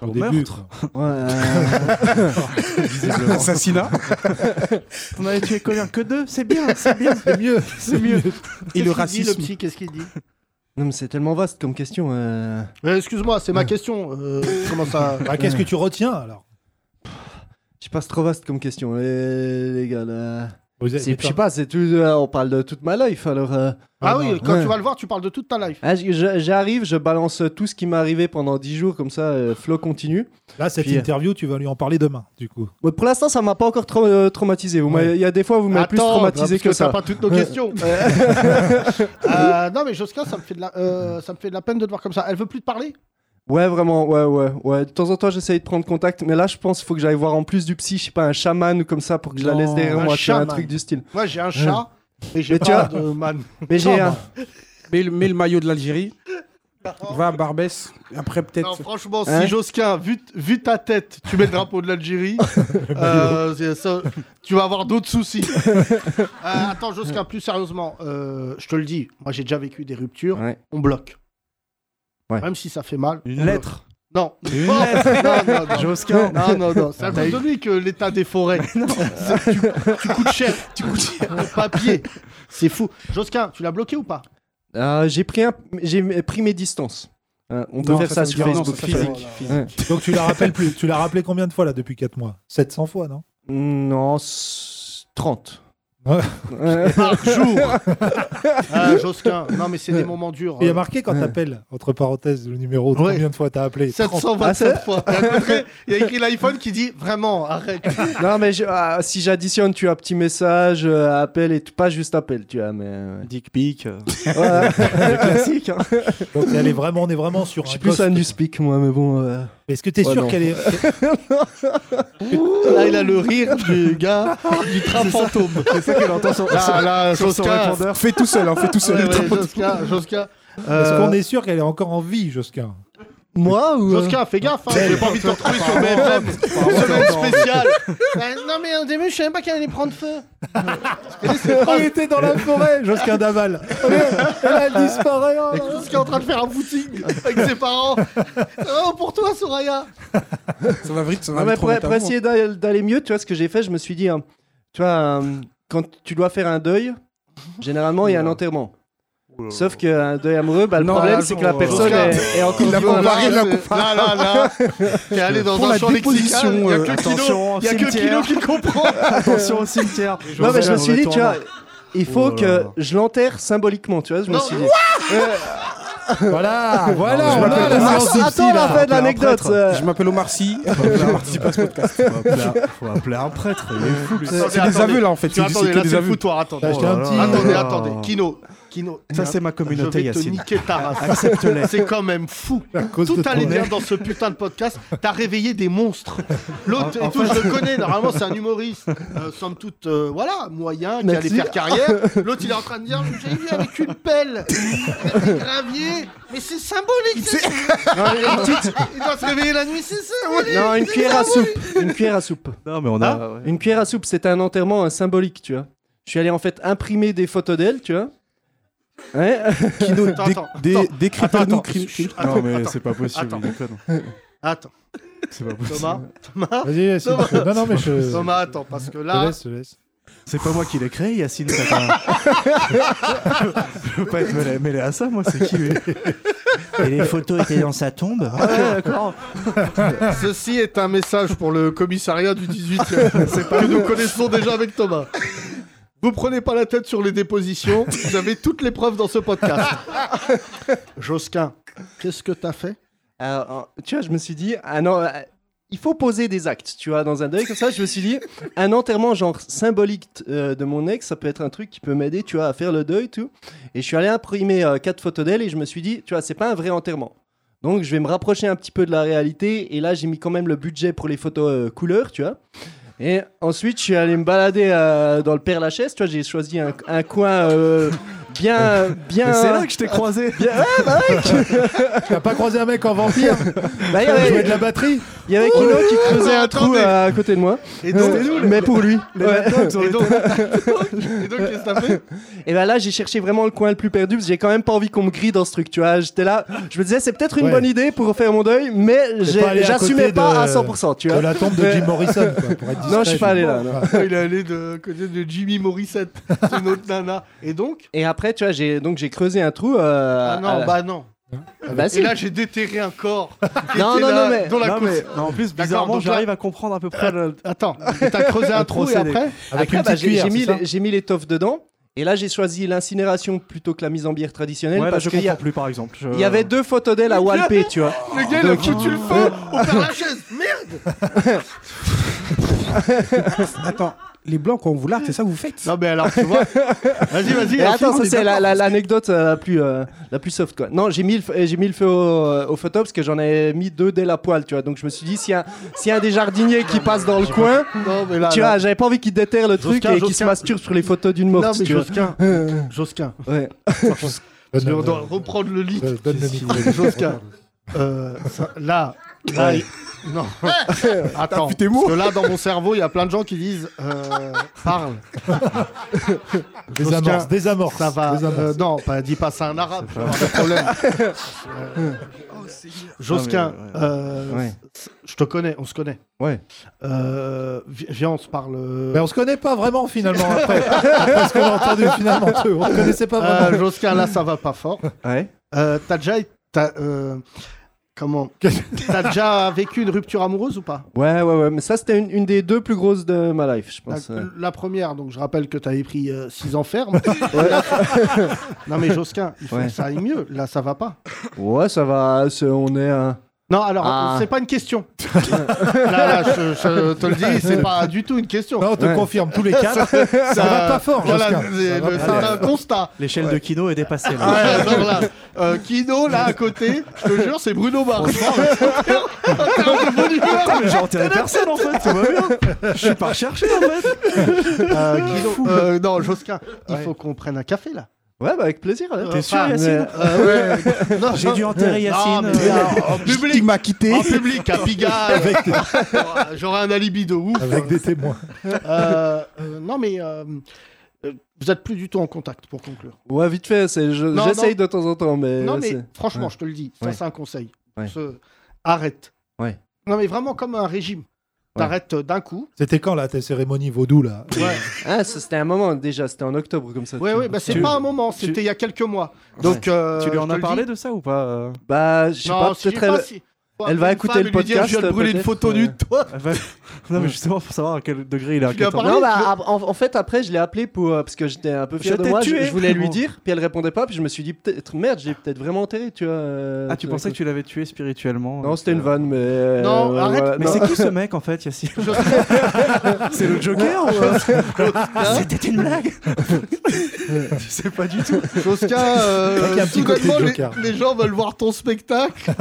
S5: Au
S9: Au
S5: début,
S9: meurtre.
S5: quoi.
S8: Ouais, euh,
S7: Assassinat.
S9: On avait tué combien que deux C'est bien, c'est bien.
S5: C'est mieux.
S9: C'est mieux.
S7: Et
S4: Qu'est-ce qu'il dit,
S7: le racisme.
S4: le psy, qu'est-ce qu'il dit
S8: Non, mais c'est tellement vaste comme question. euh.
S4: Euh, Excuse-moi, c'est ma question. euh, comment ça
S5: Bah, Qu'est-ce que tu retiens alors
S8: Je sais pas, c'est trop vaste comme question, les, les gars. Là.
S5: Vous êtes-
S8: C'est- Je sais pas, c'est tout. euh, on parle de toute ma life, alors. euh,
S4: Ah oui,
S5: non.
S4: quand
S8: Ouais.
S4: tu vas le voir, tu parles de toute ta life.
S8: ah, je- je- J'arrive, je balance tout ce qui m'est arrivé pendant 10 jours, comme ça, euh, flow continue.
S5: Là, cette
S8: Puis, euh,
S5: interview, tu vas lui en parler demain, du coup.
S8: Ouais, pour l'instant, ça m'a pas encore tra- euh, traumatisé. Vous m'avez- Il y a des fois, vous m'avez plus
S4: Attends,
S8: traumatisé
S4: parce
S8: que,
S4: t'as
S8: ça.
S4: pas toutes nos questions. Euh, non, mais Josquin, ça me fait de la, euh, ça me fait de la peine de te voir comme ça. Elle veut plus te parler
S8: Ouais, vraiment, ouais, ouais, ouais. De temps en temps, j'essaye de prendre contact, mais là, je pense qu'il faut que j'aille voir en plus du psy, je sais pas, un chaman ou comme ça, pour que je la
S4: Non,
S8: laisse derrière
S4: un
S8: moi, tu vois, un
S4: chaman.
S8: truc du style.
S4: Moi, j'ai un chat. Et j'ai
S8: Mais tu
S4: pas
S8: as-
S4: de man.
S8: Mais j'ai
S5: Non,
S8: un.
S5: bah,
S7: Mets le, mets le maillot de l'Algérie. Va à Barbès. Après,
S4: Non,
S7: peut-être.
S4: franchement,
S8: Hein
S4: si Josquin, vu, t- vu ta tête, tu mets le drapeau de l'Algérie, euh, c'est ça, tu vas avoir d'autres soucis. Euh, attends, Josquin, plus sérieusement, euh, je te le dis, moi j'ai déjà vécu des ruptures,
S8: Ouais.
S4: on bloque.
S8: Ouais.
S4: Même si ça fait mal.
S9: Une lettre.
S4: Non. Non, non,
S8: Ah,
S4: non, non.
S9: Josquin.
S4: Non, non, non, c'est à cause de lui que l'état des forêts. C'est- tu, tu coûtes cher, tu coûtes cher. Le papier, c'est fou. Josquin, tu l'as bloqué ou pas
S8: Euh, j'ai pris, un... j'ai pris mes distances. Euh, on peut
S7: Non,
S8: faire ça,
S7: me
S8: sur
S7: dit- non,
S8: Facebook.
S7: ça, ça me dit-
S8: Ouais.
S5: Donc tu la rappelles plus. Tu l'as rappelé combien de fois là depuis 4 mois 700 fois, non
S8: Mm, Non, s- 30.
S5: Ouais.
S8: Euh,
S4: Par jour. Ah, Josquin, non, mais c'est des moments durs.
S5: Il y a
S4: euh,
S5: marqué quand
S8: Ouais.
S5: t'appelles, entre parenthèses, le numéro,
S4: Ouais.
S5: combien de fois t'as appelé 30.
S4: 727 fois. Et à côté, Il y a écrit l'iPhone qui dit vraiment arrête.
S8: non, mais je- ah, si j'additionne, tu as petit message, euh, appel et tout, pas juste appel, tu vois, mais. ouais.
S9: Dick pic. euh,
S8: Ouais, c'est classique. hein.
S5: Donc elle est vraiment, on est vraiment sur
S8: Je
S5: un
S8: suis plus
S5: ghost.
S8: un newspeak, moi, mais bon. euh,
S5: Mais Est-ce que t'es
S8: Ouais,
S5: sûr
S8: non. Euh.
S5: qu'elle est.
S4: Là, il a le rire du gars du train fantôme.
S9: C'est ça qu'elle entend sur,
S4: Là, là,
S9: sur son
S4: Josquin.
S9: répondeur.
S7: Fais tout seul, hein, fais tout seul.
S4: Ouais,
S7: le
S4: ouais,
S7: train-
S4: Josquin, Josquin.
S5: Est-ce
S4: Euh,
S5: qu'on est sûr qu'elle est encore en vie, Josquin
S8: Moi ou. euh,
S4: Josquin, fais gaffe, hein, j'ai pas envie de te retrouver sur BFM, semaine spéciale. Ben, non mais au début je savais pas qu'elle allait prendre feu.
S8: euh,
S5: On était dans la forêt, Josquin Daval Elle disparaît
S4: Josquin est en train de faire un footing avec ses parents. Oh pour toi Soraya.
S7: Ça va vite, ça va
S8: Non, mais
S7: vite. trop
S8: pour,
S7: vite hein.
S8: pour
S7: à vous,
S8: essayer d'aller d'aller mieux, tu vois, ce que j'ai fait, je me suis dit, hein, tu vois, euh, quand tu dois faire un deuil, généralement, il y a un enterrement. Sauf qu'un deuil amoureux, bah, le
S7: Non,
S8: problème,
S7: là,
S8: c'est que
S7: non,
S8: la personne
S4: Josquin,
S8: est, est encore.
S7: il l'a
S8: vivante.
S7: pas barré,
S4: là,
S7: là,
S4: c'est- là, là, là. T'es allé dans
S7: Pour
S4: un
S7: la
S4: champ lexical,
S7: déposition,
S4: il y a
S7: euh,
S4: que Kino,
S9: attention,
S4: il y a que Kino
S9: cimetière.
S4: qui comprend.
S9: Attention au cimetière.
S8: Non, mais je me suis dit, tu vois, il faut
S9: Oh là
S8: que
S9: là.
S8: je l'enterre symboliquement, tu vois. Je me
S4: Non,
S8: suis dit.
S5: Voilà, voilà,
S9: je
S5: on a
S9: m'appelle
S5: la
S9: Omar
S5: séance
S9: Sy.
S5: de psy,
S8: attends la
S5: là.
S8: fin de
S9: appeler un
S8: l'anecdote.
S9: prêtre.
S8: euh,
S7: Je m'appelle Omar Sy.
S9: Faut appeler un- faut appeler un prêtre. Il est fou. lui.
S7: C'est des aveux là en fait.
S4: Tu
S7: C'est
S4: attendez, là
S7: c'est que
S4: c'est
S7: des
S4: le
S7: aveux.
S4: foutoir, attendez.
S5: T'as acheté un petit.
S4: Attendez,
S9: là.
S4: attendez, Kino, Kino.
S9: Oh. Ça, c'est ma communauté,
S4: Ah, Je vais te
S9: Yacine. Ah,
S4: niquer ta race.
S9: Accepte-les.
S4: C'est quand même fou.
S5: cause
S4: Tout
S5: de
S4: allait
S5: ton
S4: bien
S5: ex.
S4: dans ce putain de podcast. T'as réveillé des monstres. L'autre,
S9: En-
S4: et
S9: en
S4: tout, je le connais. Normalement, c'est un humoriste, euh, somme toute, euh, voilà, moyen, qui
S8: Merci.
S4: allait faire carrière. L'autre, il est en train de dire J'ai vu avec une pelle, des graviers, mais c'est symbolique. c'est- Il doit se réveiller la nuit, c'est symbolique.
S8: euh, Non, une cuillère à soupe. Une cuillère à soupe.
S9: Non, mais on a. ouais.
S8: Une cuillère à soupe, c'était un enterrement euh, symbolique, tu vois. Je suis allé en fait imprimer des photos d'elle, tu vois. Ouais.
S7: Kino,
S4: Attends,
S7: dé-
S4: attends,
S7: dé-
S4: attends.
S7: décrypte-nous.
S4: Attends,
S7: cri- cri-
S9: Non, mais
S4: attends,
S9: c'est pas possible.
S4: attends.
S9: il déconne.
S4: Attends,
S9: C'est pas possible. Euh,
S4: Thomas, Thomas,
S5: Vas-y, vas-y,
S4: Thomas.
S5: je- Non, non, mais je. Je
S4: Thomas, attends, parce que
S5: te
S4: là,
S5: laisse, je te laisse.
S9: C'est pas moi qui l'ai créé, Yacine. ça, quand même. je veux pas être mêlé, mêlé à ça, moi, c'est qui lui
S11: Et les photos étaient dans sa tombe.
S4: Ceci est un message pour le commissariat du 18e que nous connaissons déjà avec Thomas. Vous prenez pas la tête sur les dépositions, vous avez toutes les preuves dans ce podcast. Josquin, qu'est-ce que t'as fait
S8: euh, tu vois, je me suis dit, ah non, euh, il faut poser des actes, tu vois, dans un deuil comme ça. Je me suis dit, un enterrement genre symbolique euh, de mon ex, ça peut être un truc qui peut m'aider, tu vois, à faire le deuil, tout. Et je suis allé imprimer euh, quatre photos d'elle et je me suis dit, tu vois, c'est pas un vrai enterrement. Donc je vais me rapprocher un petit peu de la réalité et là j'ai mis quand même le budget pour les photos euh, couleurs, tu vois. Et ensuite, je suis allé me balader euh, dans le Père Lachaise. Tu vois, j'ai choisi un, un coin euh, bien, bien.
S11: Mais c'est là que je t'ai croisé.
S8: Bien- ouais, bah ouais, que-
S5: T'as pas croisé un mec en vampire
S8: Bah, il y
S5: Jouer
S8: avait,
S5: de la batterie
S8: il y avait Kino qui creusait un trou euh, à côté de moi.
S4: Et donc-
S8: Euh,
S4: C'était nous, les-
S8: mais pour lui.
S4: les
S8: Ouais.
S4: laptops, on Et les donc- Et donc, qu'est-ce que t'as fait
S8: Et ben là, j'ai cherché vraiment le coin le plus perdu parce que j'ai quand même pas envie qu'on me grille dans ce truc, tu vois. J'étais là, je me disais, c'est peut-être une
S5: Ouais.
S8: bonne idée pour faire mon deuil, mais
S5: T'es
S8: j'ai-
S5: pas allé à
S8: j'assumais
S5: côté
S8: pas
S5: de-
S8: à 100%, tu vois.
S5: De la tombe de
S8: Mais-
S5: Jim Morrison, quoi, pour être discret,
S8: Non, je suis pas allé là. non.
S4: Il est allé de côté de Jimmy Morissette, c'est une autre nana. Et donc
S8: Et après, tu vois, j'ai donc j'ai creusé un trou. euh,
S4: Ah non,
S8: à la-
S4: bah non.
S8: bah si.
S4: Et là, j'ai déterré un corps. qui
S8: Non,
S4: était
S8: non,
S4: là,
S8: non, mais-
S4: Dans la
S11: Non,
S4: course.
S11: mais- non, en plus,
S4: D'accord,
S11: bizarrement,
S4: donc là-
S11: j'arrive à comprendre à peu près le.
S4: Attends, et t'as creusé un
S11: Le
S4: trou et
S11: procédé.
S4: après
S5: Avec
S8: Après,
S5: une
S8: bah,
S5: petite
S8: j'ai-
S5: cuillère,
S8: j'ai mis
S5: c'est ça
S8: les- j'ai mis l'étoffe dedans. Et là, j'ai choisi l'incinération plutôt que la mise en bière traditionnelle
S11: Ouais, là,
S8: parce
S11: je
S8: qu'il y,
S11: comprends
S8: a-
S11: plus, par exemple. Je-
S8: il y avait deux photos
S4: Euh.
S8: d'elle à Walpé, tu vois.
S4: Le gars, il a foutu le feu au Père Lachaise. Merde
S7: Attends, les blancs, quand on vous largue, c'est ça que vous faites
S4: Non, mais alors, tu vois. Vas-y, vas-y.
S8: Et attends, ça
S4: affirme,
S8: c'est
S4: on est
S8: la-
S4: d'accord.
S8: la- l'anecdote euh, la plus euh, la plus soft quoi. Non, j'ai mis le f- euh, j'ai mis le feu au, euh, aux photos parce que j'en ai mis deux dès la poêle, tu vois. Donc je me suis dit s'il y a s'il y a des jardiniers qui passent dans le coin,
S4: Non, mais là.
S8: tu
S4: là-
S8: vois, j'avais pas envie qu'ils déterrent le truc
S4: Josquin,
S8: et qu'ils se
S4: Josquin.
S8: masturbent sur les photos d'une
S4: Non,
S8: morte,
S4: mais
S8: tu vois.
S4: Josquin. Josquin.
S8: Ouais.
S5: Donne- euh,
S4: Je dois reprendre le lit.
S5: donne- donne le micro.
S4: Josquin. Euh, ça- là, là, il- non. Attends, parce que là, dans mon cerveau, il y a plein de gens qui disent euh, parle.
S5: Des
S4: Josquin,
S5: amorces, des amorces.
S4: Ça va.
S5: des amorces.
S4: euh, non, pas, dis pas ça à un arabe. je vais avoir des problèmes. Euh, Josquin,
S11: Non, mais, ouais.
S4: euh,
S8: Ouais.
S4: c- je te connais, on se connaît.
S8: Ouais.
S4: Euh, vi- viens, on se parle. euh,
S5: Mais on se connaît pas vraiment finalement après. Parce qu'on a entendu finalement eux, On se connaissait pas
S4: euh,
S5: vraiment.
S4: Josquin, là, ça va pas fort.
S8: Ouais.
S4: Euh, t'as déjà, t'as, euh, comment, t'as déjà vécu une rupture amoureuse ou pas
S8: Ouais, ouais, ouais, mais ça c'était une, une des deux plus grosses de ma life, je
S4: la,
S8: pense. euh.
S4: la première, donc je rappelle que t'avais pris 6 ans ferme. non mais Josquin, il faut
S8: Ouais.
S4: que ça aille mieux. Là, ça va pas.
S8: Ouais, ça va, c'est- on est un-
S4: Non, alors
S8: Ah.
S4: c'est pas une question. là, là, je, je te le dis, c'est pas du tout une question.
S5: Non, on te
S8: Ouais.
S5: confirme tous les quatre. ça, va pas fort,
S4: Voilà,
S5: Josquin.
S4: c'est
S5: Ça va
S4: le-
S5: pas
S4: c'est
S5: fort.
S4: un constat.
S11: L'échelle de Kino est dépassée. là.
S4: Ah, ouais, genre là, euh, Kino, là à côté, je te jure, c'est Bruno Mars. En termes de bonne humeur,
S11: Putain, mais j'ai enterré personne en fait, tout va bien. Je suis pas recherché en fait.
S4: Euh, Guido, euh, non, Josquin, il faut qu'on prenne un café là.
S8: Ouais, bah avec plaisir. hein.
S11: T'es sûr,
S4: enfin,
S11: Yacine
S4: Euh, ouais. Non,
S11: J'ai dû enterrer
S4: Non,
S11: Yacine.
S4: mais
S11: euh,
S4: là, en
S7: Il
S4: public, Ah,
S7: m'a quitté.
S4: en public, à Pigalle. J'aurais un alibi de ouf.
S5: Avec des témoins.
S4: Euh, euh, non, mais euh, euh, vous êtes plus du tout en contact pour conclure.
S8: Ouais, vite fait, c'est- je-
S4: Non,
S8: j'essaye
S4: non.
S8: de temps en temps, mais.
S4: non, mais
S8: Euh, c'est-
S4: franchement,
S8: ouais.
S4: je te le dis, ça
S8: Ouais.
S4: c'est un conseil.
S8: Ouais.
S4: Se- Arrête.
S8: Ouais.
S4: Non, mais vraiment comme un régime. T'arrêtes euh, d'un coup.
S5: C'était quand là, ta cérémonie vaudou là
S4: Ouais,
S8: Ah, ça, c'était un moment déjà, c'était en octobre comme ça.
S4: ouais,
S8: tu-
S4: ouais, bah, c'est
S11: Tu-
S4: pas un moment, c'était il y a quelques mois. Donc, euh,
S11: tu lui
S4: je
S11: en
S4: te
S11: as
S4: le
S11: parlé
S4: dis.
S11: de ça ou pas euh
S8: Bah, je sais
S4: Non,
S8: pas,
S4: si,
S8: peut-être
S4: j'ai pas,
S8: elle-
S4: si-
S8: elle va
S4: Une
S8: écouter
S4: femme
S8: le
S4: et lui dire,
S8: podcast,
S4: Je viens de brûler une
S8: peut-être,
S4: photo
S8: euh,
S4: nue de toi.
S11: Elle va- Non, mais justement pour savoir à quel degré il est à
S4: Tu lui as
S11: 14.
S4: parlé
S8: Non, bah, ap- en, en fait, après, je l'ai appelée pour, euh, parce que j'étais un peu fier
S11: Je
S8: de
S11: t'ai
S8: moi.
S11: tué.
S8: Je, je voulais lui
S11: Bon.
S8: dire, puis elle répondait pas, puis je me suis dit, peut-être, merde, j'ai peut-être vraiment enterré, tu vois. euh,
S11: Ah, tu pensais que tu l'avais tué spirituellement
S8: Non, c'était une
S11: vanne.
S8: vanne, mais. euh,
S4: Non, arrête,
S8: voilà,
S11: Mais
S8: non.
S11: c'est qui ce mec en fait, Yacine C'est le Joker ou euh, C'était une blague Tu sais pas du tout.
S4: Josquin, euh,
S5: crois qu'il y a un petit côté
S4: soudainement, les-
S5: Joker.
S4: les, gens veulent voir ton spectacle.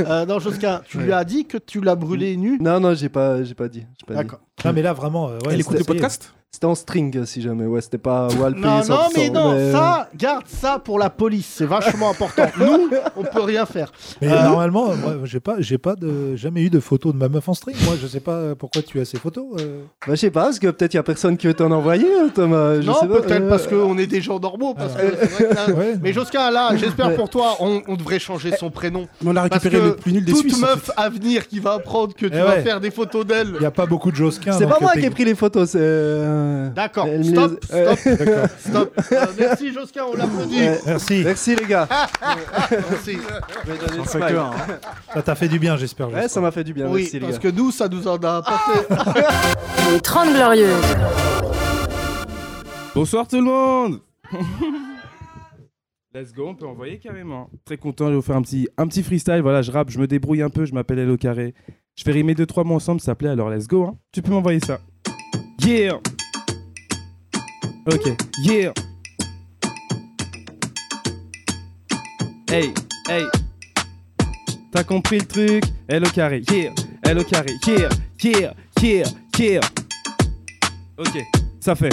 S4: Euh, non, Josquin, tu lui as dit que tu l'as brûlé nu.
S8: Non, non, j'ai pas, j'ai pas dit. j'ai pas dit.
S4: D'accord.
S5: Non, mais là vraiment. euh, ouais,
S7: Elle écoute le
S5: c'était-
S7: podcast
S8: C'était en string, euh, si jamais. Ouais, c'était pas Walpé.
S4: Non, non,
S8: 100%,
S4: mais non,
S8: mais, euh,
S4: ça, garde ça pour la police, c'est vachement important. Nous, on peut rien faire.
S5: Mais
S4: Euh,
S5: normalement, moi, j'ai pas, j'ai pas de, jamais eu de photos de ma meuf en string. Moi, je sais pas pourquoi tu as ces photos. euh.
S8: Bah, je sais pas, parce que peut-être y a personne qui veut t'en envoyer, hein, Thomas. je
S4: non,
S8: sais pas,
S4: peut-être
S8: euh,
S4: parce qu'on est des gens normaux. Parce que c'est vrai que là-
S5: Ah Ouais,
S4: Mais Josquin, là, j'espère pour toi, on, on devrait changer son prénom.
S7: Mais on a
S4: Parce
S7: récupéré
S4: que
S7: le plus nul des
S4: toute
S7: Suisses. en
S4: meuf à venir qui va apprendre que tu
S5: Eh
S4: vas
S5: ouais.
S4: faire des photos d'elle.
S5: Il y a pas beaucoup de Josquin.
S8: C'est
S5: donc
S8: pas moi
S5: t'es-
S8: qui ai pris les photos, c'est. euh,
S4: D'accord,
S8: elle me
S4: stop,
S8: les- Ouais.
S4: stop, stop. Euh, merci Josquin, on l'applaudit.
S8: Ouais.
S5: Merci.
S8: Merci les gars.
S4: Merci.
S11: J'en fais que un, hein.
S5: Ça t'a fait du bien, j'espère.
S8: Ouais, ça
S5: Josquin.
S8: m'a fait du bien.
S4: Oui,
S8: merci, les
S4: parce
S8: gars.
S4: que nous, ça nous en a apporté.
S3: Les 30 Glorieuses.
S10: Bonsoir tout le monde Let's go, on peut envoyer carrément. Très content de vous faire un petit, un petit freestyle. Voilà, je rappe, je me débrouille un peu, je m'appelle Hello Carré. Je fais rimer deux, trois mots ensemble, ça plaît, alors let's go. Hein. Tu peux m'envoyer ça. Yeah! Ok, yeah! Hey, hey! T'as compris le truc? Hello Carré, yeah! Hello Carré, yeah! Yeah! Yeah! Yeah! Ok, ça fait.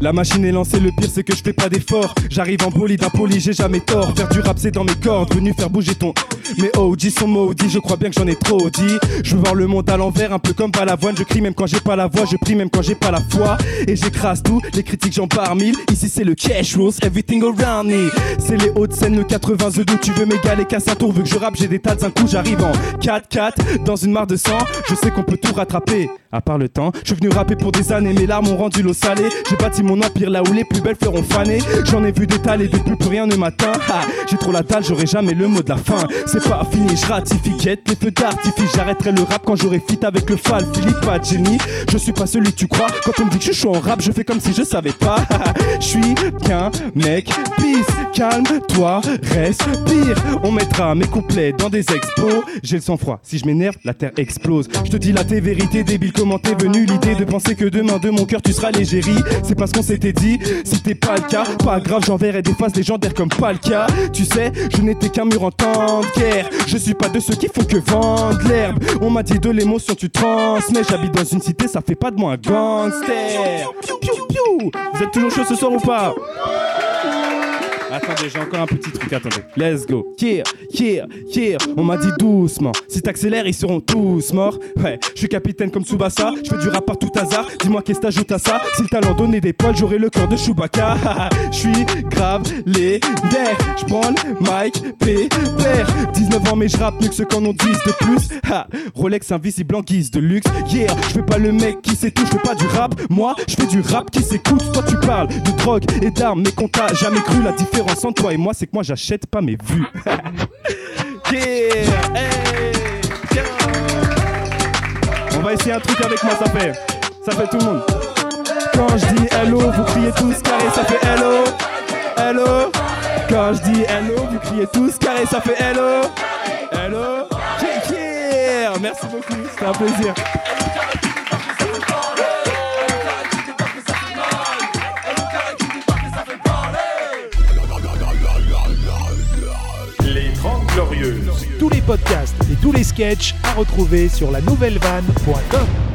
S10: La machine est lancée, le pire c'est que je fais pas d'efforts. J'arrive en bolide, impoli, j'ai jamais tort. Faire du rap c'est dans mes cordes, venu faire bouger ton. Mes OG sont maudits, je crois bien que j'en ai trop dit. Je veux voir le monde à l'envers, un peu comme Balavoine. Je crie même quand j'ai pas la voix, je prie même quand j'ai pas la foi. Et j'écrase tout, les critiques j'en par mille. Ici c'est le cash rules, everything around me. C'est les hautes scènes, le 82, tu veux m'égaler, casse à tour. Vu que je rappe, j'ai des tas d'un coup, j'arrive en 4-4, dans une mare de sang. Je sais qu'on peut tout rattraper, à part le temps. Je suis venu rapper pour des années, mes larmes ont rendu l'eau salée. J'ai bâti mon empire là où les plus belles fleurs ont fané. J'en ai vu des dalles et depuis plus rien ne m'atteint. Ha, J'ai trop la dalle, j'aurai jamais le mot de la fin. C'est pas fini, je ratifie, guette les feux d'artifice. J'arrêterai le rap quand j'aurai fit avec le fal. Philippe, pas de génie. Je suis pas celui que tu crois. Quand on me dit que je suis chaud en rap, je fais comme si je savais pas. Je suis qu'un mec, peace, calme-toi, reste pire. On mettra mes couplets dans des expos. J'ai le sang-froid, si je m'énerve, la terre explose. Je te dis la tes vérité, débile, comment t'es venu l'idée de penser que demain de mon cœur tu seras l'égérie. C'est parce qu'on s'était dit, si t'es pas le cas, pas grave, j'enverrai des faces légendaires comme pas le cas. Tu sais, je n'étais qu'un mur en temps de guerre. Je suis pas de ceux qui font que vendre l'herbe. On m'a dit de l'émotion, tu transmets. J'habite dans une cité, ça fait pas de moi un gangster. Piou, piou, piou. Vous êtes toujours chaud ce soir ou pas Attendez, j'ai encore un petit truc, attendez. Let's go. Yeah, yeah, yeah. On m'a dit doucement. Si t'accélères, ils seront tous morts. Ouais, je suis capitaine comme Tsubasa. Je fais du rap par tout hasard. Dis-moi qu'est-ce t'ajoutes à ça. Si le talent donné des poils, j'aurai le cœur de Chewbacca. Je suis grave légendaire. Je prends le mic, pépère. 19 ans, mais je rappe mieux que ceux qu'en ont 10 de plus. Ha, Rolex invisible en guise de luxe. Yeah, je fais pas le mec qui sait tout. Je fais pas du rap. Moi, je fais du rap qui s'écoute. Toi, tu parles de drogue et d'armes, mais qu'on t'a jamais cru. La différence entre toi et moi, c'est que moi, j'achète pas mes vues. yeah, hey, yeah. On va essayer un truc avec moi, ça fait. Ça fait tout le monde. Quand je dis hello, vous criez tous carré, ça fait hello. Hello. Quand je dis hello, vous criez tous carré, ça fait hello. Hello. Yeah, yeah. Merci beaucoup, c'était un plaisir.
S1: Les 30 Glorieuses. Tous les podcasts et tous les sketchs à retrouver sur la nouvelle vanne.com.